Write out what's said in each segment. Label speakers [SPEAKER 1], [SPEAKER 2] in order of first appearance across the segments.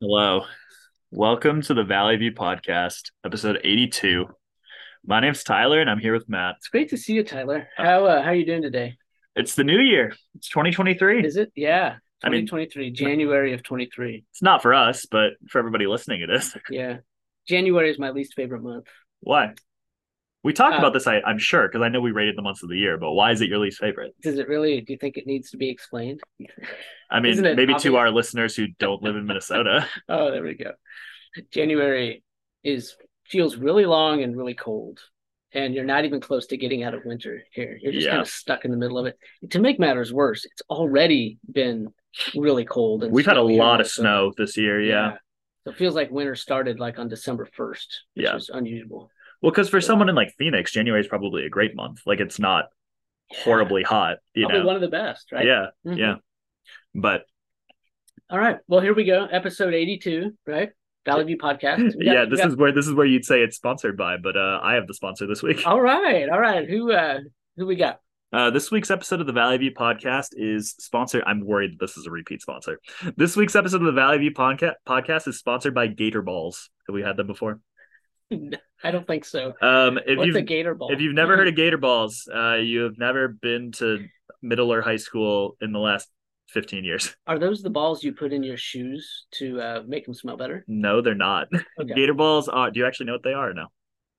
[SPEAKER 1] Hello. Welcome to the Valley View Podcast, episode 82. My name's Tyler and I'm here with Matt.
[SPEAKER 2] It's great to see you, Tyler. How uh, how are you doing today?
[SPEAKER 1] It's the new year. It's 2023.
[SPEAKER 2] Is it? Yeah.
[SPEAKER 1] I mean-
[SPEAKER 2] 2023, January of 23.
[SPEAKER 1] It's not for us, but for everybody listening, it is.
[SPEAKER 2] Yeah. January is my least favorite month.
[SPEAKER 1] Why? We talked
[SPEAKER 2] Uh,
[SPEAKER 1] about this, I, I'm sure, because I know we rated the months of the year, but why is it your least favorite?
[SPEAKER 2] Does it really, do you think it needs to be explained?
[SPEAKER 1] I mean,
[SPEAKER 2] Isn't it
[SPEAKER 1] maybe to
[SPEAKER 2] obvious?
[SPEAKER 1] our listeners who don't live in Minnesota.
[SPEAKER 2] Oh, there we go. January is feels really long and really cold. And you're not even close to getting out of winter here. You're just
[SPEAKER 1] Yeah.
[SPEAKER 2] kind of stuck in the middle of it. To make matters worse, it's already been really cold. And
[SPEAKER 1] We've had a
[SPEAKER 2] snowy here in
[SPEAKER 1] lot of
[SPEAKER 2] Minnesota.
[SPEAKER 1] snow this year. Yeah.
[SPEAKER 2] So it feels like winter started like on December 1st, which
[SPEAKER 1] Yeah.
[SPEAKER 2] is unusual.
[SPEAKER 1] Well, because for
[SPEAKER 2] Yeah.
[SPEAKER 1] someone in like Phoenix, January is probably a great month. Like it's not horribly hot, you
[SPEAKER 2] Probably
[SPEAKER 1] know?
[SPEAKER 2] one of the best, right?
[SPEAKER 1] Yeah.
[SPEAKER 2] Mhm.
[SPEAKER 1] Yeah. But
[SPEAKER 2] All right. Well, here we go. Episode 82, right? Valley View Podcast. We got-
[SPEAKER 1] yeah,
[SPEAKER 2] we
[SPEAKER 1] this
[SPEAKER 2] got-
[SPEAKER 1] is where this is where you'd say it's sponsored by, but uh, I have the sponsor this week.
[SPEAKER 2] All right. All right. Who uh who we got?
[SPEAKER 1] Uh, this week's episode of the Valley View podcast is sponsored. I'm worried that this is a repeat sponsor. This week's episode of the Valley View podca- podcast is sponsored by Gator Balls. Have we had them before?
[SPEAKER 2] I don't think so.
[SPEAKER 1] Um, if
[SPEAKER 2] What's Mm-hmm.
[SPEAKER 1] you've
[SPEAKER 2] a gator ball?
[SPEAKER 1] if you've never heard of Gator Balls, uh, you have never been to middle or high school in the last 15 years.
[SPEAKER 2] Are those the balls you put in your shoes to uh make them smell better?
[SPEAKER 1] No, they're not.
[SPEAKER 2] Okay.
[SPEAKER 1] Gator Balls are. Do you actually know what they are? or No.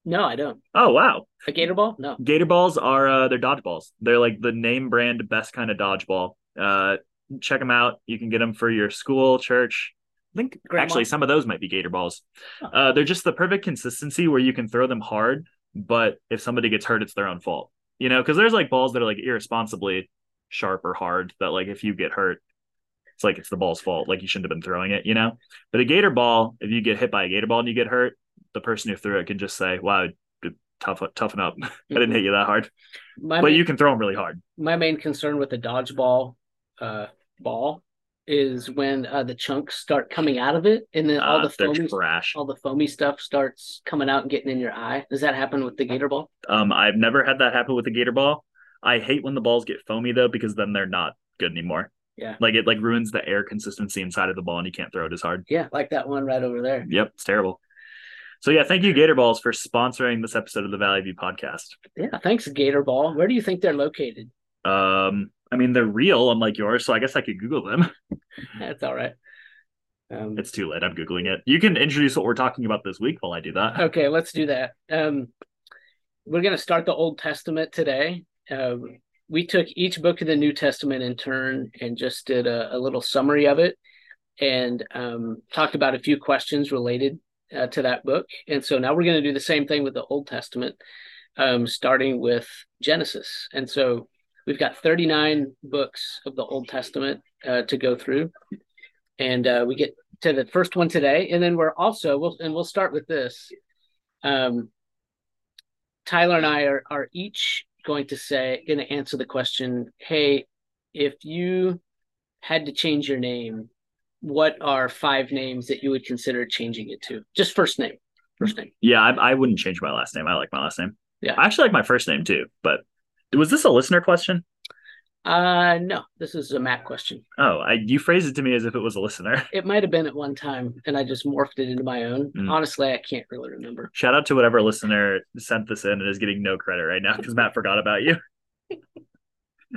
[SPEAKER 2] No, I don't.
[SPEAKER 1] Oh wow.
[SPEAKER 2] A gator ball? No.
[SPEAKER 1] Gator balls are uh, they're dodgeballs. They're like the name brand best kind of dodgeball. Uh, check them out. You can get them for your school, church. I think
[SPEAKER 2] Grandma?
[SPEAKER 1] actually some of those might be gator balls.
[SPEAKER 2] Huh.
[SPEAKER 1] Uh, they're just the perfect consistency where you can throw them hard, but if somebody gets hurt, it's their own fault. You know, because there's like balls that are like irresponsibly sharp or hard that like if you get hurt, it's like it's the ball's fault. Like you shouldn't have been throwing it. You know, but a gator ball, if you get hit by a gator ball and you get hurt, the person who threw it can just say, "Wow, d- tough, toughen up." I didn't hit you that hard,
[SPEAKER 2] My
[SPEAKER 1] but
[SPEAKER 2] main,
[SPEAKER 1] you can throw them really hard.
[SPEAKER 2] my main concern with the dodgeball uh ball is when uh the chunks start coming out of it and then all
[SPEAKER 1] Uh,
[SPEAKER 2] the
[SPEAKER 1] they're
[SPEAKER 2] foamy
[SPEAKER 1] trash.
[SPEAKER 2] all the foamy stuff starts coming out and getting in your eye. Does that happen with the gator ball?
[SPEAKER 1] Um, I've never had that happen with a gator ball. I hate when the balls get foamy though, because then they're not good anymore.
[SPEAKER 2] Yeah.
[SPEAKER 1] like it like ruins the air consistency inside of the ball, and you can't throw it as hard.
[SPEAKER 2] Yeah, like that one right over there.
[SPEAKER 1] Yep, it's terrible. So yeah, thank you Gator Balls for sponsoring this episode of the Valley View podcast.
[SPEAKER 2] Yeah, thanks, Gator Ball. Where do you think they're located?
[SPEAKER 1] Um, I mean they're real, unlike yours, so I guess I could Google them.
[SPEAKER 2] That's all right. Um,
[SPEAKER 1] It's too late. I'm googling it. You can introduce what we're talking about this week while I do that.
[SPEAKER 2] Uh, okay, let's do that. Um, we're going to start the Old Testament today. Uh, we took each book of the New Testament in turn and just did a, a little summary of it and um, talked about a few questions related uh, to that book. And so now we're going to do the same thing with the Old Testament, um, starting with Genesis. And so we've got 39 books of the Old Testament uh, to go through. And uh, we get to the first one today. And then we're also, we'll, and we'll start with this. Um, Tyler and I are, are each going to say, going to answer the question Hey, if you had to change your name, what are five names that you would consider changing it to? Just first name, first name.
[SPEAKER 1] Yeah, I, I wouldn't change my last name. I like my last name.
[SPEAKER 2] Yeah.
[SPEAKER 1] I actually like my first name too. But was this a listener question?
[SPEAKER 2] Uh, no, this is a Matt question.
[SPEAKER 1] Oh, I, you phrased it to me as if it was a listener.
[SPEAKER 2] It might have been at one time, and I just morphed it into my own.
[SPEAKER 1] Mm.
[SPEAKER 2] Honestly, I can't really remember.
[SPEAKER 1] Shout out to whatever listener sent this in and is getting no credit right now because Matt forgot about you.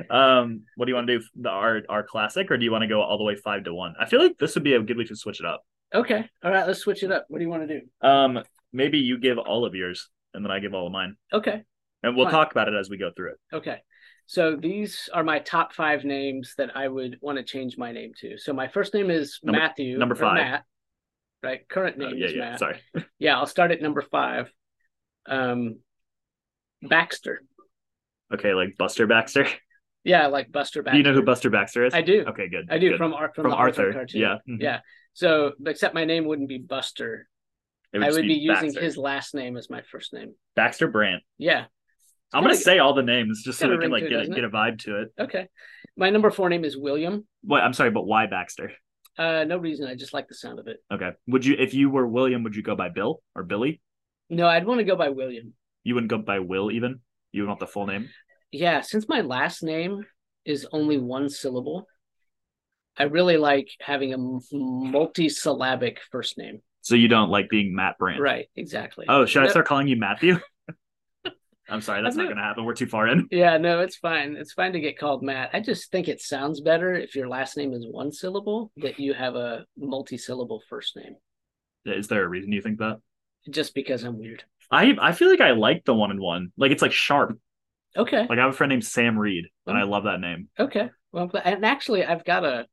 [SPEAKER 1] um, what do you want to do? The our our classic, or do you want to go all the way five to one? I feel like this would be a good week to switch it up.
[SPEAKER 2] Okay, all right, let's switch it up. What do you want to do?
[SPEAKER 1] Um, maybe you give all of yours and then I give all of mine,
[SPEAKER 2] Okay,
[SPEAKER 1] and we'll
[SPEAKER 2] Fine.
[SPEAKER 1] talk about it as we go through it.
[SPEAKER 2] okay. So these are my top five names that I would want to change my name to. So my first name is
[SPEAKER 1] Number-
[SPEAKER 2] Matthew.
[SPEAKER 1] number
[SPEAKER 2] or
[SPEAKER 1] five.
[SPEAKER 2] Matt, right? Current name
[SPEAKER 1] Oh, yeah,
[SPEAKER 2] is
[SPEAKER 1] yeah.
[SPEAKER 2] Matt.
[SPEAKER 1] Sorry.
[SPEAKER 2] Yeah, I'll start at number five. Um, Baxter.
[SPEAKER 1] Okay, like Buster Baxter.
[SPEAKER 2] Yeah, I like Buster Baxter.
[SPEAKER 1] Do you know who Buster Baxter is?
[SPEAKER 2] I do.
[SPEAKER 1] Okay, good.
[SPEAKER 2] I do
[SPEAKER 1] good.
[SPEAKER 2] from Ar- from,
[SPEAKER 1] From
[SPEAKER 2] the Arthur, cartoon.
[SPEAKER 1] Yeah. mm-hmm.
[SPEAKER 2] Yeah. So, except my name wouldn't be Buster.
[SPEAKER 1] It would
[SPEAKER 2] I
[SPEAKER 1] just
[SPEAKER 2] would be, using
[SPEAKER 1] Baxter.
[SPEAKER 2] his last name as my first name.
[SPEAKER 1] Baxter Brandt.
[SPEAKER 2] Yeah.
[SPEAKER 1] I'm gonna
[SPEAKER 2] kinda-
[SPEAKER 1] say all the names just so
[SPEAKER 2] kinda
[SPEAKER 1] we can like
[SPEAKER 2] ring to it,
[SPEAKER 1] get a,
[SPEAKER 2] doesn't it?
[SPEAKER 1] get a vibe to it.
[SPEAKER 2] Okay. My number four name is William.
[SPEAKER 1] What I'm sorry, but why Baxter?
[SPEAKER 2] Uh, no reason. I just like the sound of it.
[SPEAKER 1] Okay. Would you if you were William, would you go by Bill or Billy?
[SPEAKER 2] No, I'd want to go by William.
[SPEAKER 1] You wouldn't go by Will even? You would want the full name? Mm-hmm.
[SPEAKER 2] Yeah. Since my last name is only one syllable, I really like having a m- multi-syllabic first name.
[SPEAKER 1] So you don't like being Matt Brand.
[SPEAKER 2] Right, exactly.
[SPEAKER 1] Oh, should I
[SPEAKER 2] No-
[SPEAKER 1] start calling you Matthew? I'm sorry, that's not
[SPEAKER 2] I'm not-
[SPEAKER 1] going to happen. We're too far in.
[SPEAKER 2] Yeah, no, it's fine. It's fine to get called Matt. I just think it sounds better if your last name is one syllable that you have a multi-syllable first name.
[SPEAKER 1] Is there a reason you think that?
[SPEAKER 2] Just because I'm weird.
[SPEAKER 1] I I feel like I like the one in one. Like it's like sharp.
[SPEAKER 2] Okay,
[SPEAKER 1] Like I have a friend named Sam Reed, and
[SPEAKER 2] Mm.
[SPEAKER 1] I love that name.
[SPEAKER 2] okay. Well, but- and actually, I've got a,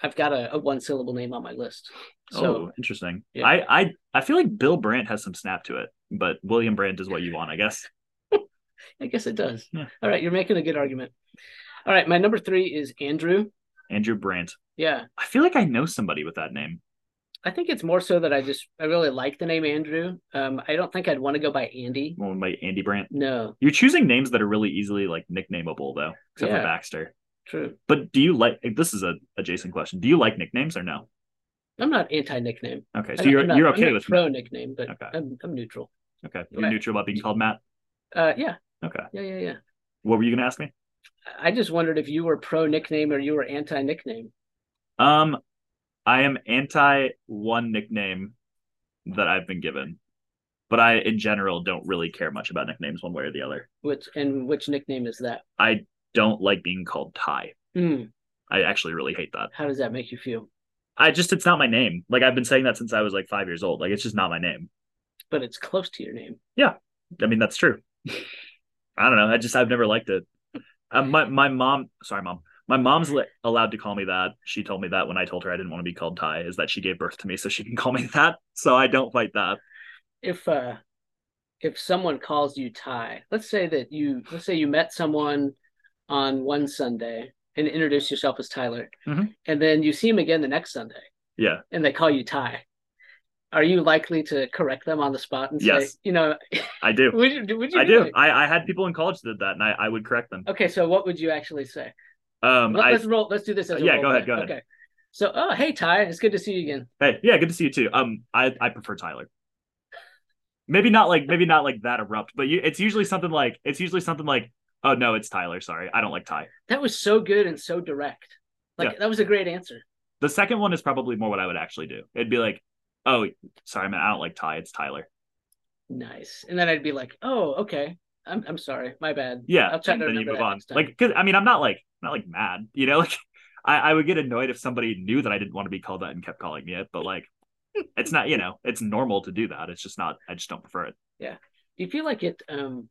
[SPEAKER 2] I've got a, a one-syllable name on my list. So
[SPEAKER 1] oh, interesting.
[SPEAKER 2] Yeah.
[SPEAKER 1] I I I feel like Bill Brandt has some snap to it, but William Brandt is what you want, I guess.
[SPEAKER 2] I guess it does.
[SPEAKER 1] Yeah.
[SPEAKER 2] All right, you're making a good argument. All right, my number three is Andrew.
[SPEAKER 1] Andrew Brandt.
[SPEAKER 2] Yeah,
[SPEAKER 1] I feel like I know somebody with that name.
[SPEAKER 2] I think it's more so that I just I really like the name Andrew. Um, I don't think I'd want to go by Andy.
[SPEAKER 1] One by Andy Brandt.
[SPEAKER 2] No,
[SPEAKER 1] You're choosing names that are really easily like nicknameable though, except
[SPEAKER 2] Yeah.
[SPEAKER 1] for Baxter.
[SPEAKER 2] true.
[SPEAKER 1] But do you like this is a adjacent question. Do you like nicknames or no?
[SPEAKER 2] I'm not anti nickname.
[SPEAKER 1] Okay. So you're you're okay with
[SPEAKER 2] pro nickname, but
[SPEAKER 1] Okay.
[SPEAKER 2] I'm I'm neutral.
[SPEAKER 1] Okay. You're
[SPEAKER 2] Right.
[SPEAKER 1] neutral about being called Matt.
[SPEAKER 2] Uh, yeah,
[SPEAKER 1] Okay.
[SPEAKER 2] yeah, yeah, yeah.
[SPEAKER 1] What were you gonna ask me?
[SPEAKER 2] I just wondered if you were pro nickname or you were anti nickname.
[SPEAKER 1] Um, I am anti one nickname that I've been given, but I, in general, don't really care much about nicknames one way or the other.
[SPEAKER 2] Which and which nickname is that?
[SPEAKER 1] I don't like being called Ty.
[SPEAKER 2] Mm,
[SPEAKER 1] I actually really hate that.
[SPEAKER 2] how does that make you feel?
[SPEAKER 1] I just, it's not my name. Like, I've been saying that since I was like five years old. Like, it's just not my name.
[SPEAKER 2] But it's close to your name.
[SPEAKER 1] I mean, that's true. I don't know. I just, I've never liked it. Uh, my, my mom, sorry, mom. My mom's li- allowed to call me that. She told me that when I told her I didn't want to be called Ty, is that she gave birth to me, so she can call me that. So I don't fight that.
[SPEAKER 2] If uh, if someone calls you Ty, let's say that you let's say you met someone on one Sunday and introduce yourself as Tyler,
[SPEAKER 1] Mhm.
[SPEAKER 2] and then you see him again the next Sunday,
[SPEAKER 1] Yeah.
[SPEAKER 2] and they call you Ty. Are you likely to correct them on the spot and say,
[SPEAKER 1] Yes.
[SPEAKER 2] you know,
[SPEAKER 1] I do.
[SPEAKER 2] would you, would you
[SPEAKER 1] I do.
[SPEAKER 2] it?"
[SPEAKER 1] I, I had people in college that did that, and I, I would correct them.
[SPEAKER 2] Okay, so what would you actually say?
[SPEAKER 1] Um,
[SPEAKER 2] Let,
[SPEAKER 1] I,
[SPEAKER 2] us roll. Let's do this as a
[SPEAKER 1] Yeah,
[SPEAKER 2] roll
[SPEAKER 1] go ahead,
[SPEAKER 2] play.
[SPEAKER 1] go ahead.
[SPEAKER 2] Okay. So, oh, hey Ty, it's good to see you again.
[SPEAKER 1] hey, yeah, good to see you too. Um, I, I prefer Tyler. Maybe not like maybe not like that abrupt, but you, it's usually something like it's usually something like, oh no, it's Tyler. Sorry, I don't like Ty.
[SPEAKER 2] That was so good and so direct. Like that was a great answer.
[SPEAKER 1] The second one is probably more what I would actually do. It'd be like, oh, sorry man, I don't like Ty. It's Tyler.
[SPEAKER 2] Nice. And then I'd be like, oh, okay. I'm I'm sorry. My bad.
[SPEAKER 1] Yeah,
[SPEAKER 2] I'll try to
[SPEAKER 1] then you
[SPEAKER 2] remember
[SPEAKER 1] move
[SPEAKER 2] that
[SPEAKER 1] on.
[SPEAKER 2] next time.
[SPEAKER 1] Like, cause I mean, I'm not like not like mad, you know. Like, I, I would get annoyed if somebody knew that I didn't want to be called that and kept calling me it. But like, it's not, you know, it's normal to do that. It's just not. I just don't prefer it.
[SPEAKER 2] do you feel like it um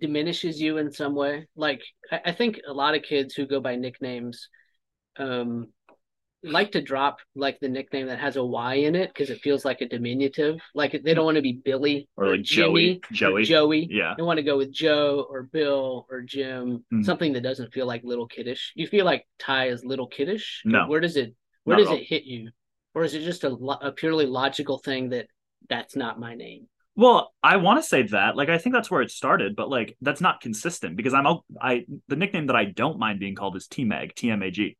[SPEAKER 2] diminishes you in some way like I, I think a lot of kids who go by nicknames um like to drop like the nickname that has a y in it because it feels like a diminutive like they don't want to be billy
[SPEAKER 1] Or like
[SPEAKER 2] Jimmy,
[SPEAKER 1] Joey, Joey,
[SPEAKER 2] or joey
[SPEAKER 1] Yeah.
[SPEAKER 2] they want to go with joe or bill or jim
[SPEAKER 1] Mhm.
[SPEAKER 2] something that doesn't feel like little kiddish you feel like ty is little kiddish
[SPEAKER 1] No.
[SPEAKER 2] where does it where
[SPEAKER 1] Not at
[SPEAKER 2] does
[SPEAKER 1] all.
[SPEAKER 2] it hit you or is it just a, lo- a purely logical thing that that's not my name
[SPEAKER 1] Well, I want to say that. Like, I think that's where it started, but like, that's not consistent because I'm al- I the nickname that I don't mind being called is T Mag, T M A G.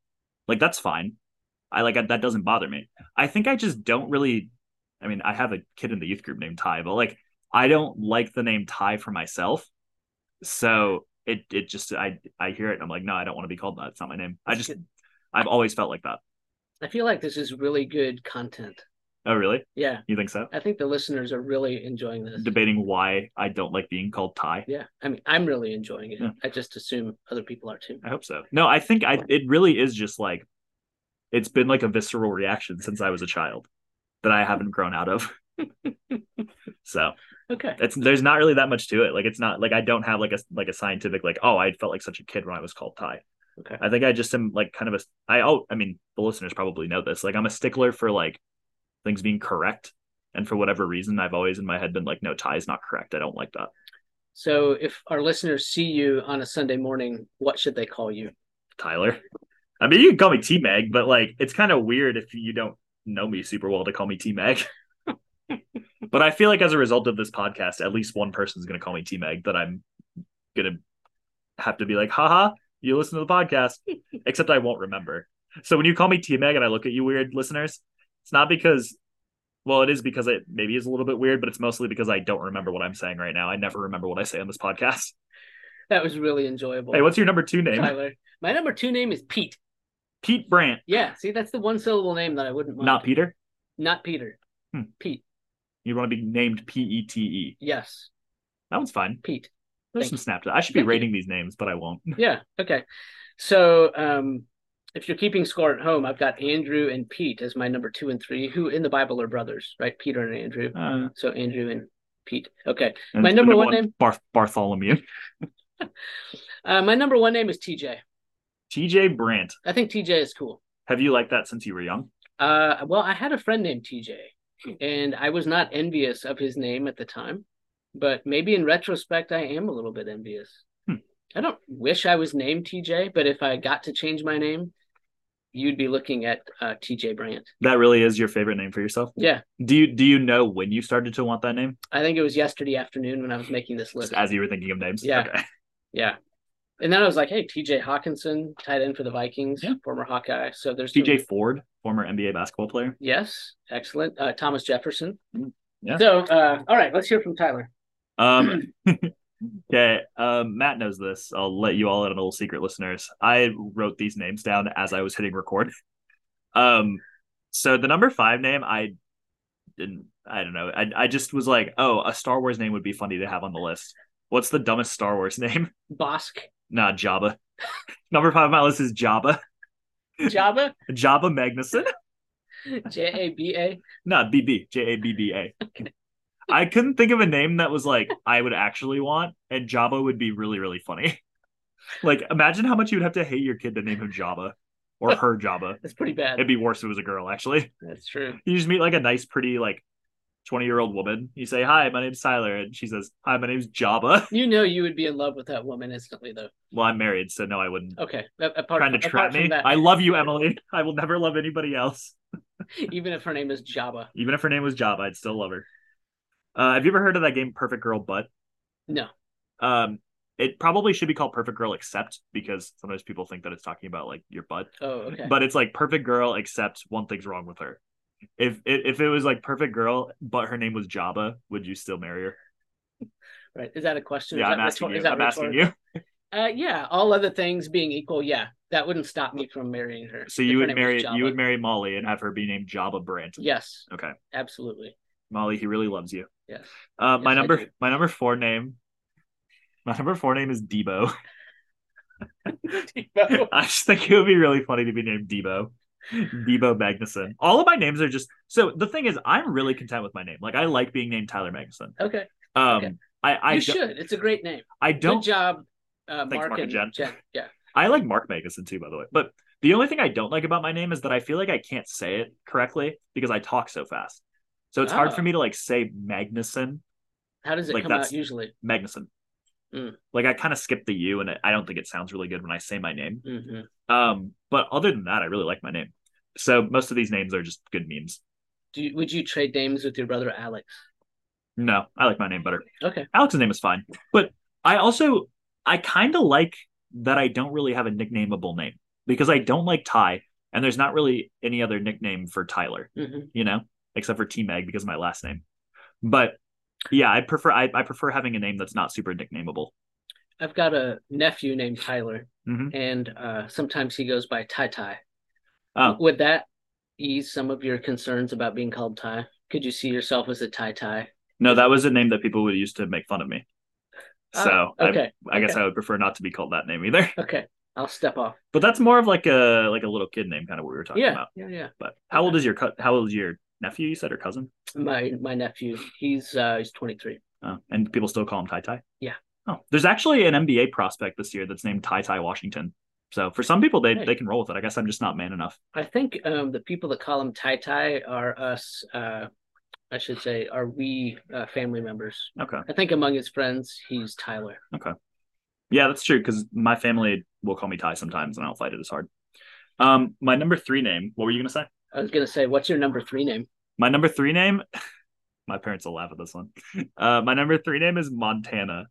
[SPEAKER 1] Like, that's fine. I like that doesn't bother me. I think I just don't really. I mean, I have a kid in the youth group named Ty, but like, I don't like the name Ty for myself. So it it just I I hear it and I'm like, no, I don't want to be called that. It's not my name. I
[SPEAKER 2] That's
[SPEAKER 1] just I've always felt like that.
[SPEAKER 2] I feel like this is really good content.
[SPEAKER 1] Oh, really?
[SPEAKER 2] Yeah,
[SPEAKER 1] You think so?
[SPEAKER 2] I think the listeners are really enjoying this.
[SPEAKER 1] Debating why I don't like being called Ty.
[SPEAKER 2] Yeah, I mean, I'm really enjoying it.
[SPEAKER 1] Yeah.
[SPEAKER 2] I just assume other people are too.
[SPEAKER 1] I hope so. No, I think I it really is just like it's been like a visceral reaction since I was a child that I haven't grown out of. so
[SPEAKER 2] Okay,
[SPEAKER 1] it's there's not really that much to it. Like it's not like I don't have like a like a scientific like oh I felt like such a kid when I was called Ty.
[SPEAKER 2] Okay.
[SPEAKER 1] I think I just am like kind of a I oh I mean the listeners probably know this like I'm a stickler for like things being correct and for whatever reason I've always in my head been like no Ty is not correct I don't like that
[SPEAKER 2] so if our listeners see you on a Sunday morning, what should they call you?
[SPEAKER 1] Tyler. I mean, you can call me T Mag, but like, it's kind of weird if you don't know me super well to call me T Mag. but I feel like as a result of this podcast, at least one person's going to call me T Mag that I'm going to have to be like, haha, you listen to the podcast, except I won't remember. So when you call me T Mag and I look at you weird, listeners, it's not because, well, it is because it maybe is a little bit weird, but it's mostly because I don't remember what I'm saying right now. I never remember what I say on this podcast.
[SPEAKER 2] That was really enjoyable.
[SPEAKER 1] Hey, what's your number two name?
[SPEAKER 2] Tyler? My number two name is Pete.
[SPEAKER 1] Pete Brandt,
[SPEAKER 2] Yeah, see, that's the one syllable name that I wouldn't mind.
[SPEAKER 1] not Peter.
[SPEAKER 2] Not Peter.
[SPEAKER 1] Hmm.
[SPEAKER 2] Pete.
[SPEAKER 1] You want to be named P E T E.
[SPEAKER 2] Yes,
[SPEAKER 1] That one's fine.
[SPEAKER 2] Pete.
[SPEAKER 1] There's
[SPEAKER 2] Thank
[SPEAKER 1] some Snapchat. I should be
[SPEAKER 2] Thank you.
[SPEAKER 1] rating these names, but I won't.
[SPEAKER 2] Yeah. Okay. So, um, if you're keeping score at home, I've got Andrew and Pete as my number two and three, who in the Bible are brothers, right? Peter and Andrew.
[SPEAKER 1] Uh,
[SPEAKER 2] So Andrew and Pete. Okay.
[SPEAKER 1] and
[SPEAKER 2] My
[SPEAKER 1] the
[SPEAKER 2] number one name-
[SPEAKER 1] Barth- Bartholomew.
[SPEAKER 2] Uh, my number one name is TJ.
[SPEAKER 1] TJ Brandt.
[SPEAKER 2] I think TJ is cool.
[SPEAKER 1] Have you liked that since you were young?
[SPEAKER 2] Uh, well, I had a friend named TJ,
[SPEAKER 1] Hmm.
[SPEAKER 2] and I was not envious of his name at the time, but maybe in retrospect, I am a little bit envious.
[SPEAKER 1] Hmm.
[SPEAKER 2] I don't wish I was named TJ, but if I got to change my name, you'd be looking at uh, TJ Brandt.
[SPEAKER 1] That really is your favorite name for yourself.
[SPEAKER 2] Yeah,
[SPEAKER 1] Do you do you know when you started to want that name?
[SPEAKER 2] I think it was yesterday afternoon when I was making this
[SPEAKER 1] Just
[SPEAKER 2] list.
[SPEAKER 1] as you were thinking of names.
[SPEAKER 2] Yeah.
[SPEAKER 1] Okay.
[SPEAKER 2] Yeah. And then I was like, hey, TJ Hawkinson, tight end for the Vikings,
[SPEAKER 1] Yeah.
[SPEAKER 2] former Hawkeye. So there's some-
[SPEAKER 1] TJ Ford, former NBA basketball player.
[SPEAKER 2] Yes, excellent. Uh, Thomas Jefferson.
[SPEAKER 1] Hmm. Yeah.
[SPEAKER 2] So, uh, all right, let's hear from Tyler.
[SPEAKER 1] Um, okay, um, Matt knows this. I'll let you all in on a little secret, listeners. I wrote these names down as I was hitting record. Um, so the number five name, I didn't. I don't know. I I just was like, oh, a Star Wars name would be funny to have on the list. What's the dumbest Star Wars name?
[SPEAKER 2] Bosk,
[SPEAKER 1] Nah, Jabba. number five on my list is Jabba.
[SPEAKER 2] Java,
[SPEAKER 1] Jabba Magnuson.
[SPEAKER 2] J A B A.
[SPEAKER 1] No, BB, J A B B A. I couldn't think of a name that was like I would actually want, and Jabba would be really, really funny. Like, imagine how much you would have to hate your kid to name him Jabba or her Jabba.
[SPEAKER 2] That's pretty bad.
[SPEAKER 1] It'd be worse if it was a girl, actually.
[SPEAKER 2] That's true.
[SPEAKER 1] You just meet like a nice, pretty, like 20 year old woman. You say, Hi, my name's Tyler. And she says, Hi, my name's Jabba.
[SPEAKER 2] You know, you would be in love with that woman instantly, though.
[SPEAKER 1] Well, I'm married, so no, I wouldn't.
[SPEAKER 2] Okay, a- apart,
[SPEAKER 1] Trying to
[SPEAKER 2] apart
[SPEAKER 1] trap
[SPEAKER 2] from
[SPEAKER 1] me.
[SPEAKER 2] that,
[SPEAKER 1] I love you, Emily. I will never love anybody else.
[SPEAKER 2] even if her name is Java.
[SPEAKER 1] Even if her name was Jabba, I'd still love her. Uh, have you ever heard of that game, Perfect Girl Butt?
[SPEAKER 2] No,
[SPEAKER 1] Um, it probably should be called Perfect Girl Except because sometimes people think that it's talking about like your butt,
[SPEAKER 2] oh, okay,
[SPEAKER 1] but it's like Perfect Girl Except one thing's wrong with her. If if if it was like Perfect Girl, but her name was Jabba, would you still marry her?
[SPEAKER 2] right. Is that a question?
[SPEAKER 1] yeah,
[SPEAKER 2] is that
[SPEAKER 1] I'm asking
[SPEAKER 2] rhetor-
[SPEAKER 1] you.
[SPEAKER 2] is that
[SPEAKER 1] I'm asking
[SPEAKER 2] rhetorical?
[SPEAKER 1] you.
[SPEAKER 2] Uh, yeah, all other things being equal, yeah, that wouldn't stop me from marrying her.
[SPEAKER 1] So
[SPEAKER 2] if
[SPEAKER 1] you
[SPEAKER 2] her
[SPEAKER 1] would
[SPEAKER 2] name was
[SPEAKER 1] marry
[SPEAKER 2] Java.
[SPEAKER 1] you would marry Molly and have her be named Jabba Brandt.
[SPEAKER 2] Yes,
[SPEAKER 1] Okay,
[SPEAKER 2] absolutely.
[SPEAKER 1] Molly, he really loves you.
[SPEAKER 2] Yes.
[SPEAKER 1] Uh,
[SPEAKER 2] Yes,
[SPEAKER 1] my
[SPEAKER 2] I
[SPEAKER 1] number
[SPEAKER 2] do.
[SPEAKER 1] my number four name. My number four name is Debo. I just think it would be really funny to be named Debo. Debo Magnuson. All of my names are just so the thing is I'm really content with my name. Like I like being named Tyler Magnuson.
[SPEAKER 2] okay,
[SPEAKER 1] Um
[SPEAKER 2] Okay.
[SPEAKER 1] I I
[SPEAKER 2] you
[SPEAKER 1] don't,
[SPEAKER 2] should. It's a great name.
[SPEAKER 1] I
[SPEAKER 2] Good
[SPEAKER 1] don't
[SPEAKER 2] job, uh, Mark, and Jen. Yeah,
[SPEAKER 1] I like Mark Magnuson too by the way. But the only thing I don't like about my name is that I feel like I can't say it correctly because I talk so fast. So it's hard
[SPEAKER 2] Ah.
[SPEAKER 1] for me to like say Magnuson,
[SPEAKER 2] how does it
[SPEAKER 1] Like,
[SPEAKER 2] come out
[SPEAKER 1] that's-
[SPEAKER 2] usually?
[SPEAKER 1] Magnuson.
[SPEAKER 2] Mm.
[SPEAKER 1] Like I kind of skip the U and I don't think it sounds really good when I say my name.
[SPEAKER 2] hmm
[SPEAKER 1] Um, but other than that, I really like my name. So most of these names are just good memes.
[SPEAKER 2] Do you, would you trade names with your brother Alex?
[SPEAKER 1] No, I like my name better.
[SPEAKER 2] Okay.
[SPEAKER 1] Alex's name is fine, but I also I kind of like that I don't really have a nicknameable name because I don't like Ty, and there's not really any other nickname for Tyler,
[SPEAKER 2] hmm
[SPEAKER 1] you know, except for T Mag because of my last name. But yeah, I prefer I, I prefer having a name that's not super nicknameable.
[SPEAKER 2] I've got a nephew named Tyler,
[SPEAKER 1] Mhm.
[SPEAKER 2] and uh, sometimes he goes by Ty Ty.
[SPEAKER 1] Oh.
[SPEAKER 2] Would that ease some of your concerns about being called Ty? Could you see yourself as a Ty Ty?
[SPEAKER 1] No, that was a name that people would use to make fun of me.
[SPEAKER 2] Ah,
[SPEAKER 1] So I-
[SPEAKER 2] okay,
[SPEAKER 1] I, guess
[SPEAKER 2] okay.
[SPEAKER 1] I would prefer not to be called that name either.
[SPEAKER 2] Okay, I'll step off.
[SPEAKER 1] But that's more of like a like a little kid name, kind of what we were talking
[SPEAKER 2] Yeah,
[SPEAKER 1] about.
[SPEAKER 2] yeah, yeah.
[SPEAKER 1] But how
[SPEAKER 2] Okay.
[SPEAKER 1] old is your cut? How old is your nephew? You said or cousin?
[SPEAKER 2] My my nephew, he's uh, he's twenty three.
[SPEAKER 1] Oh, and people still call him Ty Ty.
[SPEAKER 2] Yeah.
[SPEAKER 1] Oh, there's actually an NBA prospect this year that's named Ty Ty Washington. So for some people, they
[SPEAKER 2] Hey.
[SPEAKER 1] they can roll with it. I guess I'm just not man enough.
[SPEAKER 2] I think um, the people that call him Tai Tai are us. Uh, I should say, are we uh, family members?
[SPEAKER 1] Okay.
[SPEAKER 2] I think among his friends, he's Tyler.
[SPEAKER 1] Yeah, that's true. Because my family will call me Ty sometimes, and I'll fight it as hard. Um, my number three name. What were you gonna say?
[SPEAKER 2] I was gonna say, what's your number three name?
[SPEAKER 1] My number three name. My parents will laugh at this one. Uh, my number three name is Montana,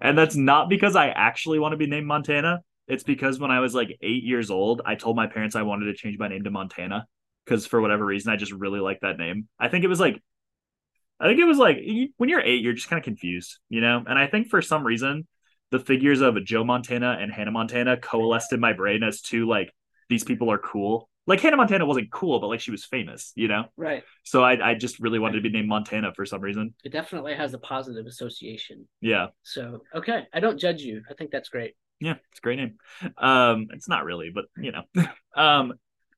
[SPEAKER 1] and that's not because I actually want to be named Montana. It's because when I was like eight years old, I told my parents I wanted to change my name to Montana because for whatever reason, I just really like that name. I think it was like, I think it was like you- when you're eight, you're just kind of confused, you know. And I think for some reason, the figures of Joe Montana and Hannah Montana coalesced in my brain as two like these people are cool. Like Hannah Montana wasn't cool, but like she was famous, you know.
[SPEAKER 2] Right.
[SPEAKER 1] So I I just really wanted to be named Montana for some reason.
[SPEAKER 2] It definitely has a positive association.
[SPEAKER 1] Yeah,
[SPEAKER 2] So okay, I don't judge you. I think that's great.
[SPEAKER 1] yeah, it's a great name. Um, it's not really, but you know. um,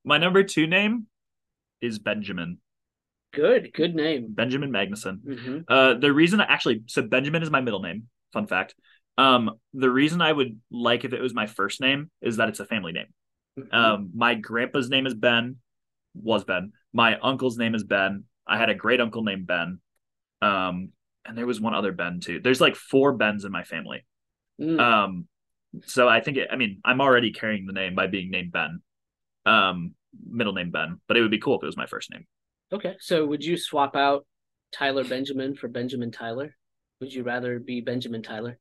[SPEAKER 1] my number two name is Benjamin
[SPEAKER 2] Good. Good name.
[SPEAKER 1] Benjamin Magnuson.
[SPEAKER 2] hmm
[SPEAKER 1] Uh, the reason I actually so Benjamin is my middle name. Fun fact. Um, the reason I would like if it was my first name is that it's a family name.
[SPEAKER 2] Mm-hmm.
[SPEAKER 1] Um, my grandpa's name is Ben, was Ben. My uncle's name is Ben. I had a great uncle named Ben. Um, and there was one other Ben too. There's like four Bens in my family.
[SPEAKER 2] Mm.
[SPEAKER 1] Um, so I think it, I mean I'm already carrying the name by being named Ben, um, middle name Ben. But it would be cool if it was my first name.
[SPEAKER 2] Okay. So would you swap out Tyler Benjamin for Benjamin Tyler? Would you rather be Benjamin Tyler?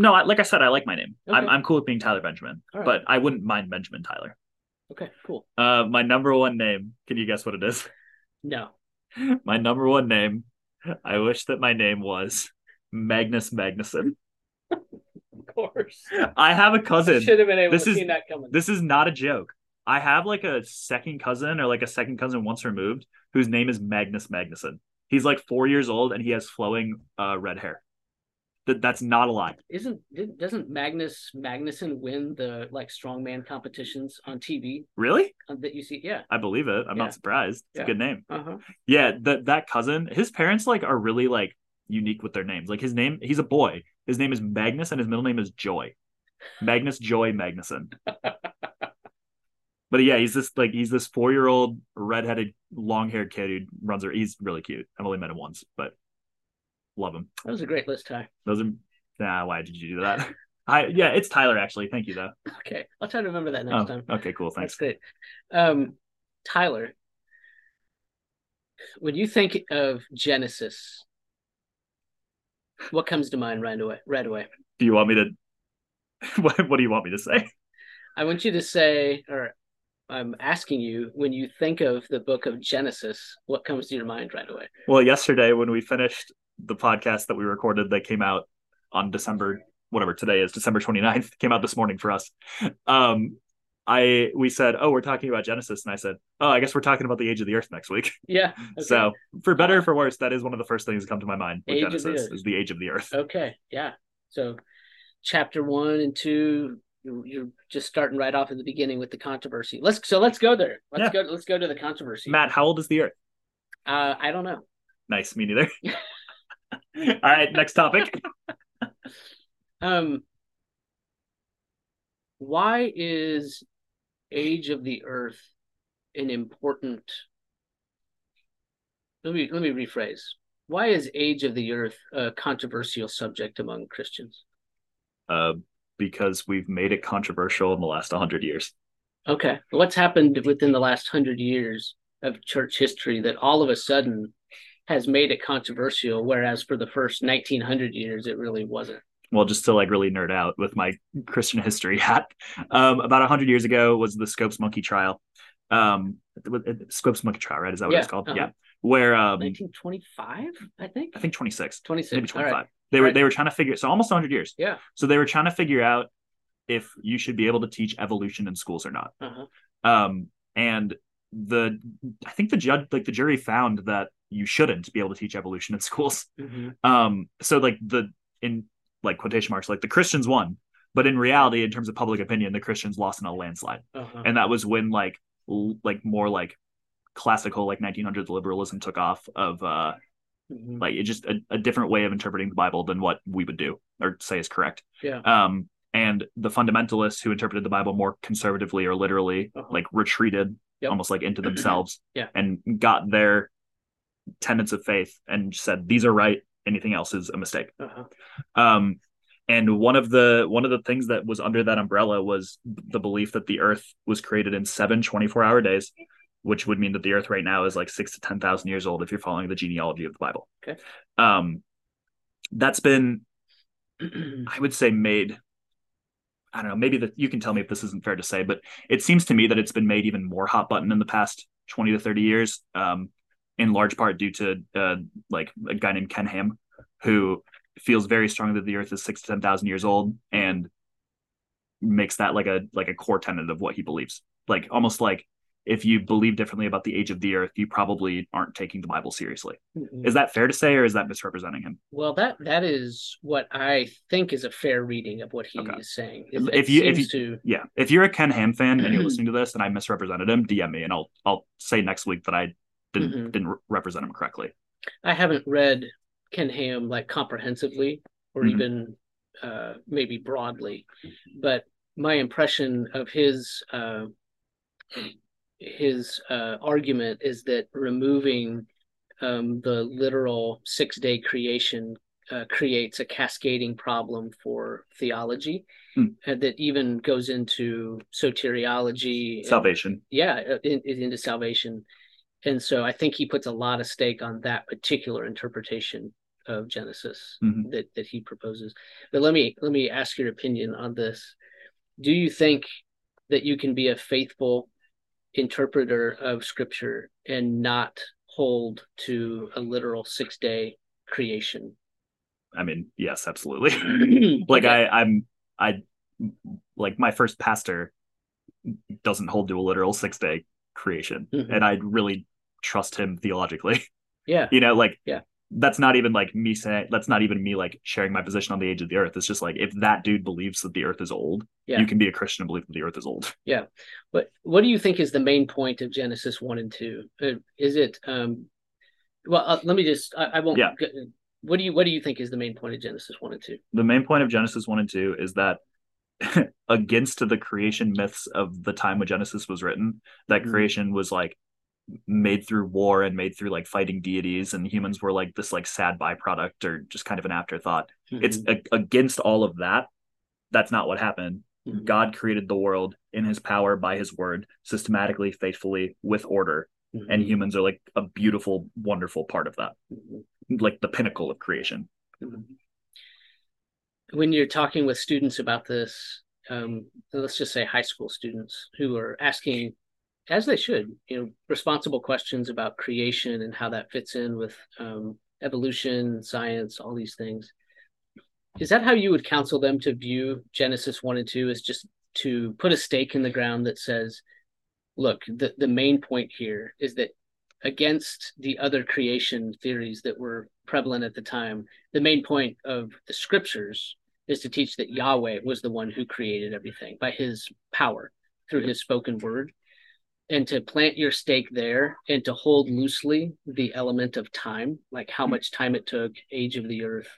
[SPEAKER 1] No, I, like I said, I like my name. I'm
[SPEAKER 2] Okay.
[SPEAKER 1] I'm cool with being Tyler Benjamin,
[SPEAKER 2] All right.
[SPEAKER 1] but I wouldn't mind Benjamin Tyler.
[SPEAKER 2] Okay, cool.
[SPEAKER 1] Uh, my number one name. Can you guess what it is?
[SPEAKER 2] No.
[SPEAKER 1] my number one name. I wish that my name was Magnus Magnuson.
[SPEAKER 2] Of course.
[SPEAKER 1] I have a cousin.
[SPEAKER 2] Should have been able
[SPEAKER 1] This
[SPEAKER 2] to
[SPEAKER 1] is-
[SPEAKER 2] see that coming.
[SPEAKER 1] This is not a joke. I have like a second cousin or like a second cousin once removed whose name is Magnus Magnuson. He's like four years old and he has flowing uh, red hair. That that's not a lie.
[SPEAKER 2] Isn't didn't- doesn't Magnus Magnuson win the like strongman competitions on TV
[SPEAKER 1] Really?
[SPEAKER 2] uh, that you see? Yeah.
[SPEAKER 1] I believe it. I'm
[SPEAKER 2] Yeah.
[SPEAKER 1] not surprised. It's
[SPEAKER 2] Yeah.
[SPEAKER 1] a good name.
[SPEAKER 2] Uh-huh.
[SPEAKER 1] Yeah, that that cousin, his parents like are really like unique with their names. Like his name, he's a boy. His name is Magnus and his middle name is Joy. Magnus Joy Magnuson. but yeah, he's this like he's this four year old redheaded long haired kid who runs her. He's really cute. I've only met him once, but love him.
[SPEAKER 2] That was a great list, Ty.
[SPEAKER 1] Those are nah, why did you do that? I yeah, it's Tyler actually. Thank you though.
[SPEAKER 2] Okay. I'll try to remember that
[SPEAKER 1] Oh,
[SPEAKER 2] next time.
[SPEAKER 1] okay, cool.
[SPEAKER 2] That's
[SPEAKER 1] Thanks.
[SPEAKER 2] great. Um, Tyler, when you think of Genesis, what comes to mind right away? Right away.
[SPEAKER 1] Do you want me to what what do you want me to say?
[SPEAKER 2] I want you to say, or I'm asking you, when you think of the book of Genesis, what comes to your mind right away?
[SPEAKER 1] Well, yesterday when we finished the podcast that we recorded that came out on December whatever today is December 29th came out this morning for us. Um I we said, "Oh, we're talking about Genesis." And I said, "Oh, I guess we're talking about the age of the earth next week."
[SPEAKER 2] Yeah. okay.
[SPEAKER 1] So, for better or for worse, that is one of the first things that come to my mind with
[SPEAKER 2] Age of the
[SPEAKER 1] Genesis
[SPEAKER 2] Earth.
[SPEAKER 1] is the age of the earth.
[SPEAKER 2] Okay. Yeah. So chapter one and two, you're, you're just starting right off at the beginning with the controversy. Let's, so let's go there. Let's go, let's go to the controversy.
[SPEAKER 1] Matt, how old is the earth?
[SPEAKER 2] Uh, I don't know.
[SPEAKER 1] Nice, me neither. All right, next topic.
[SPEAKER 2] Um, why is Age of the Earth an important? Let me let me rephrase. Why is Age of the Earth a controversial subject among Christians?
[SPEAKER 1] Uh, because we've made it controversial in the last 100 years.
[SPEAKER 2] Okay, what's happened within the last hundred years of church history that all of a sudden has made it controversial, whereas for the first nineteen hundred years it really wasn't.
[SPEAKER 1] well, just to like really nerd out with my Christian history hat, um, about 100 years ago was the Scopes Monkey Trial. Um, it- it- Scopes Monkey Trial, right? Is that what it's
[SPEAKER 2] Yeah,
[SPEAKER 1] called?
[SPEAKER 2] uh-huh.
[SPEAKER 1] Yeah. Where um,
[SPEAKER 2] Nineteen twenty-five, I think.
[SPEAKER 1] I think 26, maybe
[SPEAKER 2] Twenty-six. All
[SPEAKER 1] 25.
[SPEAKER 2] right.
[SPEAKER 1] They were
[SPEAKER 2] Right.
[SPEAKER 1] they were trying to figure so almost 100 years.
[SPEAKER 2] Yeah.
[SPEAKER 1] So they were trying to figure out if you should be able to teach evolution in schools or not.
[SPEAKER 2] Uh-huh.
[SPEAKER 1] Um, and the I think the judge like the jury found that you shouldn't be able to teach evolution in schools
[SPEAKER 2] Mhm.
[SPEAKER 1] um so like the in like quotation marks like the christians won but in reality in terms of public opinion the christians lost in a landslide
[SPEAKER 2] Uh-huh.
[SPEAKER 1] and that was when like l- like more like classical like 1900s liberalism took off of uh
[SPEAKER 2] Mhm.
[SPEAKER 1] like it just a, a different way of interpreting the bible than what we would do or say is correct
[SPEAKER 2] Yeah.
[SPEAKER 1] um and the fundamentalists who interpreted the bible more conservatively or literally
[SPEAKER 2] Uh-huh.
[SPEAKER 1] like retreated
[SPEAKER 2] Yep.
[SPEAKER 1] almost like into themselves
[SPEAKER 2] Yeah.
[SPEAKER 1] and got their tenets of faith and said these are right anything else is a mistake
[SPEAKER 2] Uh-huh.
[SPEAKER 1] um and one of the one of the things that was under that umbrella was the belief that the earth was created in seven 24 hour days which would mean that the earth right now is like six to ten thousand years old if you're following the genealogy of the bible
[SPEAKER 2] Okay.
[SPEAKER 1] um that's been i would say made i don't know maybe that you can tell me if this isn't fair to say but it seems to me that it's been made even more hot button in the past 20 to 30 years um in large part due to uh like a guy named ken ham who feels very strongly that the earth is six to ten thousand years old and makes that like a like a core tenet of what he believes like almost like if you believe differently about the age of the earth, you probably aren't taking the Bible seriously. Is that fair to say, or is that misrepresenting him?
[SPEAKER 2] Well, that that is what I think is a fair reading of what he
[SPEAKER 1] Okay.
[SPEAKER 2] is saying.
[SPEAKER 1] If you- if
[SPEAKER 2] seems to,
[SPEAKER 1] Yeah. If you're a Ken Ham fan
[SPEAKER 2] Mm-hmm.
[SPEAKER 1] and you're listening to this, and I misrepresented him, DM me, and I'll I'll say next week that I didn't
[SPEAKER 2] Mhm.
[SPEAKER 1] didn't re- represent him correctly.
[SPEAKER 2] I haven't read Ken Ham like comprehensively or
[SPEAKER 1] Mhm.
[SPEAKER 2] even uh, maybe broadly, but my impression of his uh, his uh, argument is that removing um, the literal six day creation uh, creates a cascading problem for theology
[SPEAKER 1] Hmm.
[SPEAKER 2] uh, that even goes into soteriology and-
[SPEAKER 1] Salvation.
[SPEAKER 2] yeah uh, in, in- into salvation and so i think he puts a lot of stake on that particular interpretation of genesis
[SPEAKER 1] Mhm.
[SPEAKER 2] that, that he proposes but let me let me ask your opinion on this do you think that you can be a faithful interpreter of scripture and not hold to a literal six day creation
[SPEAKER 1] I mean, yes, absolutely. like I, I'm I like my first pastor doesn't hold to a literal six day creation,
[SPEAKER 2] Mhm.
[SPEAKER 1] and I really trust him theologically.
[SPEAKER 2] yeah
[SPEAKER 1] you know, like
[SPEAKER 2] Yeah.
[SPEAKER 1] that's not even like me saying that's not even me like sharing my position on the age of the earth. It's just like if that dude believes that the earth is old,
[SPEAKER 2] Yeah.
[SPEAKER 1] you can be a Christian and believe that the earth is old.
[SPEAKER 2] But what do you think is the main point of Genesis one and two? Uh, Is it um, well? Uh, let me just. I, I won't.
[SPEAKER 1] Yeah.
[SPEAKER 2] Go, what do you What do you think is the main point of Genesis one and two?
[SPEAKER 1] The main point of Genesis one and two is that against the creation myths of the time when Genesis was written, that
[SPEAKER 2] Mhm.
[SPEAKER 1] creation was like made through war and made through like fighting deities and humans were like this like sad byproduct or just kind of an afterthought
[SPEAKER 2] Mm-hmm.
[SPEAKER 1] it's a- against all of that that's not what happened
[SPEAKER 2] Mhm.
[SPEAKER 1] god created the world in his power by his word systematically faithfully with order
[SPEAKER 2] Mhm.
[SPEAKER 1] and humans are like a beautiful wonderful part of that
[SPEAKER 2] Mhm.
[SPEAKER 1] like the pinnacle of creation
[SPEAKER 2] Mhm. when you're talking with students about this, um, let's just say high school students who are asking, as they should, you know, responsible questions about creation and how that fits in with um, evolution, science, all these things. Is that how you would counsel them to view Genesis 1 and 2 is just to put a stake in the ground that says, look, the, the main point here is that against the other creation theories that were prevalent at the time, the main point of the scriptures is to teach that Yahweh was the one who created everything by his power through his spoken word. And to plant your stake there and to hold loosely the element of time, like how much time it took, age of the earth.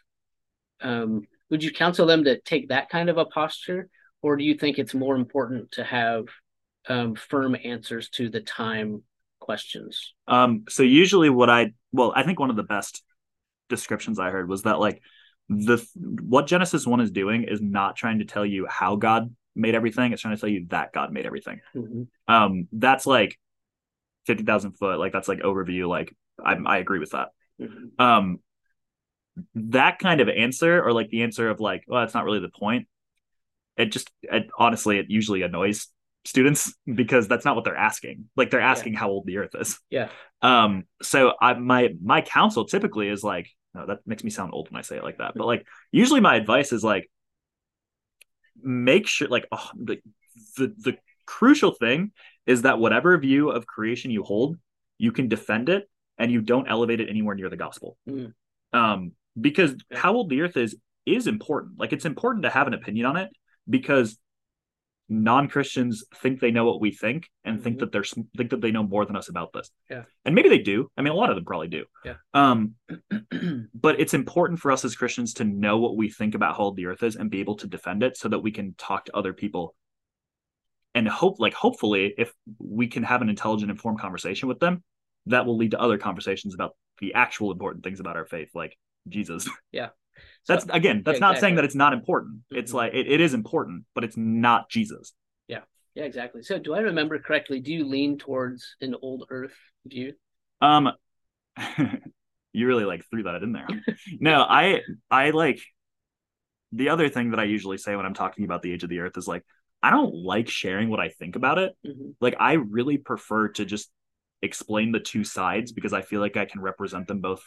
[SPEAKER 2] Um, would you counsel them to take that kind of a posture? Or do you think it's more important to have um, firm answers to the time questions?
[SPEAKER 1] Um, so usually what I well, I think one of the best descriptions I heard was that like the what Genesis 1 is doing is not trying to tell you how God made everything, it's trying to tell you that God made everything. Um, that's like 50,000 foot, like that's like overview like I I agree with that.
[SPEAKER 2] Mhm.
[SPEAKER 1] Um that kind of answer or like the answer of like, well, that's not really the point. It just it, honestly it usually annoys students because that's not what they're asking. Like they're asking how old the earth is
[SPEAKER 2] Yeah.
[SPEAKER 1] um so i my my counsel typically is like no that makes me sound old when i say it like that but like usually my advice is like make sure like oh, the, the the crucial thing is that whatever view of creation you hold you can defend it and you don't elevate it anywhere near the gospel
[SPEAKER 2] Mm.
[SPEAKER 1] um because how old the earth is is important like it's important to have an opinion on it because non-christians think they know what we think and think
[SPEAKER 2] Mhm.
[SPEAKER 1] that they're s- think that they know more than us about this
[SPEAKER 2] Yeah.
[SPEAKER 1] and maybe they do i mean a lot of them probably do
[SPEAKER 2] Yeah.
[SPEAKER 1] um but it's important for us as christians to know what we think about how old the earth is and be able to defend it so that we can talk to other people and hope like hopefully if we can have an intelligent informed conversation with them that will lead to other conversations about the actual important things about our faith like jesus
[SPEAKER 2] So-
[SPEAKER 1] that's again that's
[SPEAKER 2] yeah,
[SPEAKER 1] not saying
[SPEAKER 2] exactly.
[SPEAKER 1] that it's not important it's
[SPEAKER 2] Mhm.
[SPEAKER 1] like it, it is important but it's not jesus
[SPEAKER 2] Yeah, exactly. So, do I remember correctly? Do you lean towards an old Earth view?
[SPEAKER 1] Um, you really like threw that in there. huh? no, I I like the other thing that I usually say when I'm talking about the age of the earth is like I don't like sharing what I think about it.
[SPEAKER 2] Mhm.
[SPEAKER 1] Like I really prefer to just explain the two sides because I feel like I can represent them both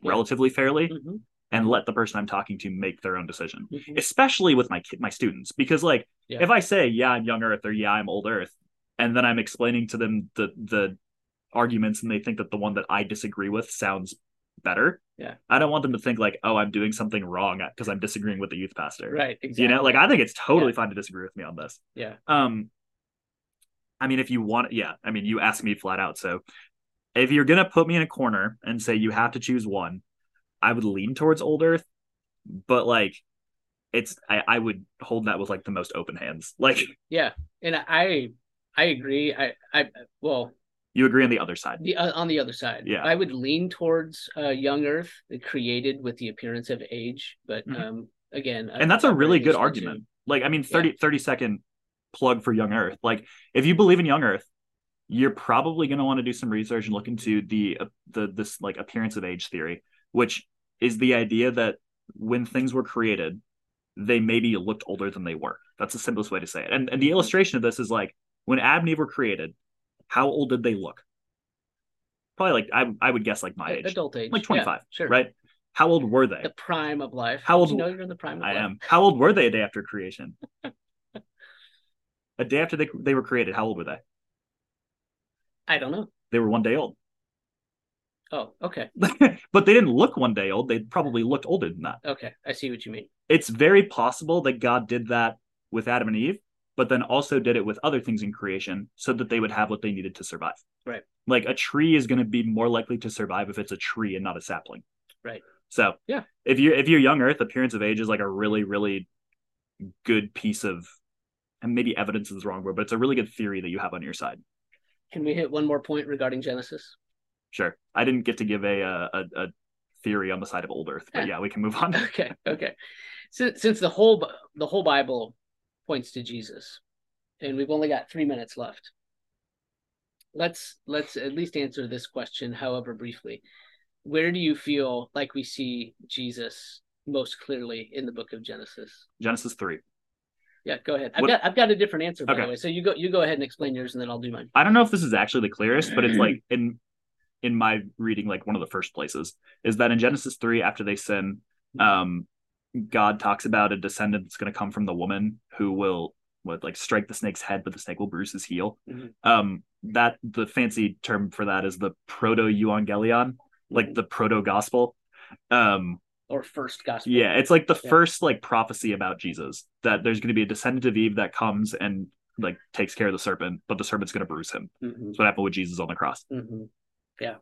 [SPEAKER 2] Yeah.
[SPEAKER 1] relatively fairly
[SPEAKER 2] Mhm.
[SPEAKER 1] and let the person I'm talking to make their own decision.
[SPEAKER 2] Mhm.
[SPEAKER 1] Especially with my kid, my students because like
[SPEAKER 2] Yeah.
[SPEAKER 1] if I say yeah, I'm young earth or yeah, I'm old earth, and then I'm explaining to them the the arguments and they think that the one that I disagree with sounds better.
[SPEAKER 2] Yeah.
[SPEAKER 1] I don't want them to think like, oh, I'm doing something wrong because I'm disagreeing with the youth pastor.
[SPEAKER 2] Right. Exactly.
[SPEAKER 1] You know, like I think it's totally
[SPEAKER 2] Yeah.
[SPEAKER 1] fine to disagree with me on this.
[SPEAKER 2] Yeah.
[SPEAKER 1] Um I mean if you want yeah, I mean you asked me flat out. So if you're gonna put me in a corner and say you have to choose one, I would lean towards old earth, but like it's I, I would hold that with like the most open hands. Like
[SPEAKER 2] Yeah. And I, I agree. I, I, well,
[SPEAKER 1] you agree on the other side.
[SPEAKER 2] the uh, on the other side,
[SPEAKER 1] Yeah.
[SPEAKER 2] I would lean towards uh, young Earth, created with the appearance of age, but
[SPEAKER 1] Mhm.
[SPEAKER 2] um, again, I-
[SPEAKER 1] and that's a
[SPEAKER 2] I'm
[SPEAKER 1] really good
[SPEAKER 2] very useful
[SPEAKER 1] argument like i mean 30 30 second plug for young earth like if you believe in young earth you're probably going to want to do some research and look into the uh, the this like appearance of age theory which is the idea that when things were created they maybe looked older than they were that's the simplest way to say it and,
[SPEAKER 2] Mm-hmm.
[SPEAKER 1] and the illustration of this is like when adam and eve were created how old did they look probably like i, I would guess like my
[SPEAKER 2] to-
[SPEAKER 1] age
[SPEAKER 2] adult age,
[SPEAKER 1] like
[SPEAKER 2] Yeah,
[SPEAKER 1] 25
[SPEAKER 2] sure,
[SPEAKER 1] right how old were they
[SPEAKER 2] The prime of life.
[SPEAKER 1] How old
[SPEAKER 2] Did you know
[SPEAKER 1] w-
[SPEAKER 2] you're in the prime? Of
[SPEAKER 1] I
[SPEAKER 2] life?
[SPEAKER 1] am. How old were they a day after creation? a day after they they were created, how old were they?
[SPEAKER 2] I don't know.
[SPEAKER 1] They were one day old,
[SPEAKER 2] Oh, okay,
[SPEAKER 1] but they didn't look one day old. They probably looked older than that.
[SPEAKER 2] okay. I see what you mean.
[SPEAKER 1] It's very possible that God did that with Adam and Eve, but then also did it with other things in creation, so that they would have what they needed to survive.
[SPEAKER 2] Right.
[SPEAKER 1] Like a tree is going to be more likely to survive if it's a tree and not a sapling.
[SPEAKER 2] Right.
[SPEAKER 1] So
[SPEAKER 2] Yeah.
[SPEAKER 1] if you if you're young Earth, appearance of age is like a really really good piece of and maybe evidence is the wrong word, but it's a really good theory that you have on your side.
[SPEAKER 2] Can we hit one more point regarding Genesis?
[SPEAKER 1] Sure. I didn't get to give a uh, a, a theory on the side of old Earth, but yeah, we can move on.
[SPEAKER 2] Okay, okay. Since since the whole Bi- the whole Bible points to Jesus, and we've only got three minutes left, let's let's at least answer this question, however briefly. Where do you feel like we see Jesus most clearly in the Book of Genesis?
[SPEAKER 1] Genesis three.
[SPEAKER 2] Yeah, go ahead. I've
[SPEAKER 1] What-
[SPEAKER 2] got I've got a different answer by the
[SPEAKER 1] Okay.
[SPEAKER 2] way. So you go you go ahead and explain yours, and then I'll do mine.
[SPEAKER 1] I don't know if this is actually the clearest, but it's like in in my reading, like one of the first places is that in Genesis three, after they sin, um, God talks about a descendant that's going to come from the woman who will would like strike the snake's head, but the snake will bruise his heel.
[SPEAKER 2] Mhm.
[SPEAKER 1] Um, that the fancy term for that is the proto euangelion, like the proto gospel. Um,
[SPEAKER 2] or first gospel.
[SPEAKER 1] yeah, it's like the
[SPEAKER 2] Yeah.
[SPEAKER 1] first like prophecy about Jesus that there's going to be a descendant of Eve that comes and like takes care of the serpent, but the serpent's going to bruise him.
[SPEAKER 2] Mhm.
[SPEAKER 1] That's what happened with Jesus on the cross.
[SPEAKER 2] hmm Yeah,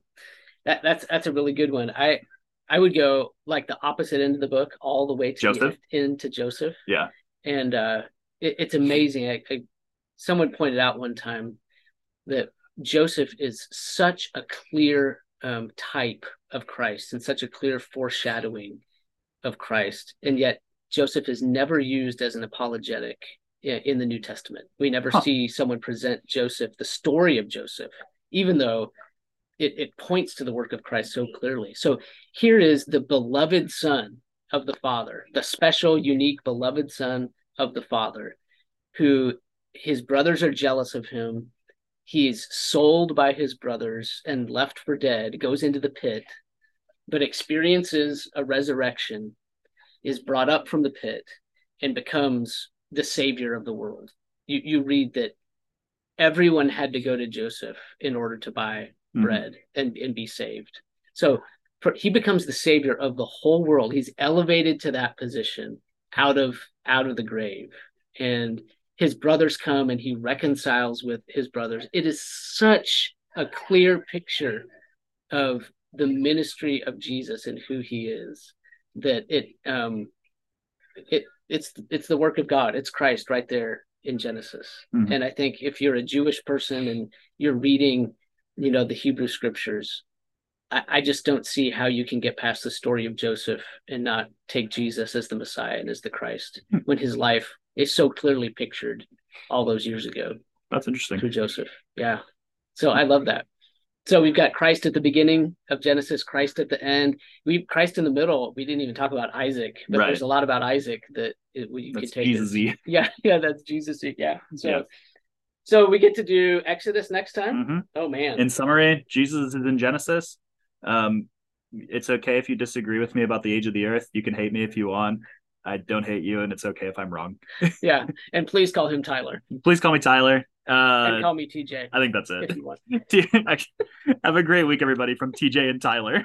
[SPEAKER 2] that that's that's a really good one. I I would go like the opposite end of the book, all the way to
[SPEAKER 1] Joseph?
[SPEAKER 2] the end to Joseph.
[SPEAKER 1] Yeah.
[SPEAKER 2] and uh, it, it's amazing. I, I, someone pointed out one time that Joseph is such a clear um, type of Christ and such a clear foreshadowing of Christ, and yet Joseph is never used as an apologetic in, in the New Testament. We never
[SPEAKER 1] Huh.
[SPEAKER 2] see someone present Joseph, the story of Joseph, even though it, it points to the work of Christ so clearly. So here is the beloved Son of the Father, the special, unique, beloved Son of the Father, who his brothers are jealous of him. He's sold by his brothers and left for dead, goes into the pit, but experiences a resurrection, is brought up from the pit, and becomes the savior of the world. You, you read that everyone had to go to Joseph in order to buy
[SPEAKER 1] Mm-hmm.
[SPEAKER 2] bread and, and be saved. So for, he becomes the savior of the whole world. He's elevated to that position out of out of the grave. And his brothers come and he reconciles with his brothers. It is such a clear picture of the ministry of Jesus and who he is that it um it it's it's the work of God. It's Christ right there in Genesis.
[SPEAKER 1] Mhm.
[SPEAKER 2] And I think if you're a Jewish person and you're reading you know the hebrew scriptures I, I just don't see how you can get past the story of joseph and not take jesus as the messiah and as the christ
[SPEAKER 1] Hmm.
[SPEAKER 2] when his life is so clearly pictured all those years ago
[SPEAKER 1] That's interesting.
[SPEAKER 2] through joseph yeah so i love that so we've got christ at the beginning of genesis christ at the end we christ in the middle we didn't even talk about isaac but
[SPEAKER 1] Right.
[SPEAKER 2] there's a lot about isaac that it, we, you
[SPEAKER 1] That's
[SPEAKER 2] can take as-
[SPEAKER 1] Jesus-y.
[SPEAKER 2] yeah yeah that's jesus yeah so
[SPEAKER 1] Yeah.
[SPEAKER 2] so we get to do exodus next time
[SPEAKER 1] Mhm.
[SPEAKER 2] oh man
[SPEAKER 1] In summary, Jesus is in Genesis. Um, it's okay if you disagree with me about the age of the earth. You can hate me if you want. I don't hate you, and it's okay if I'm wrong.
[SPEAKER 2] yeah and please call him tyler
[SPEAKER 1] Please call me Tyler.
[SPEAKER 2] and
[SPEAKER 1] Uh,
[SPEAKER 2] call me TJ
[SPEAKER 1] I think that's
[SPEAKER 2] if
[SPEAKER 1] it.
[SPEAKER 2] you want.
[SPEAKER 1] Have a great week, everybody, from TJ and Tyler.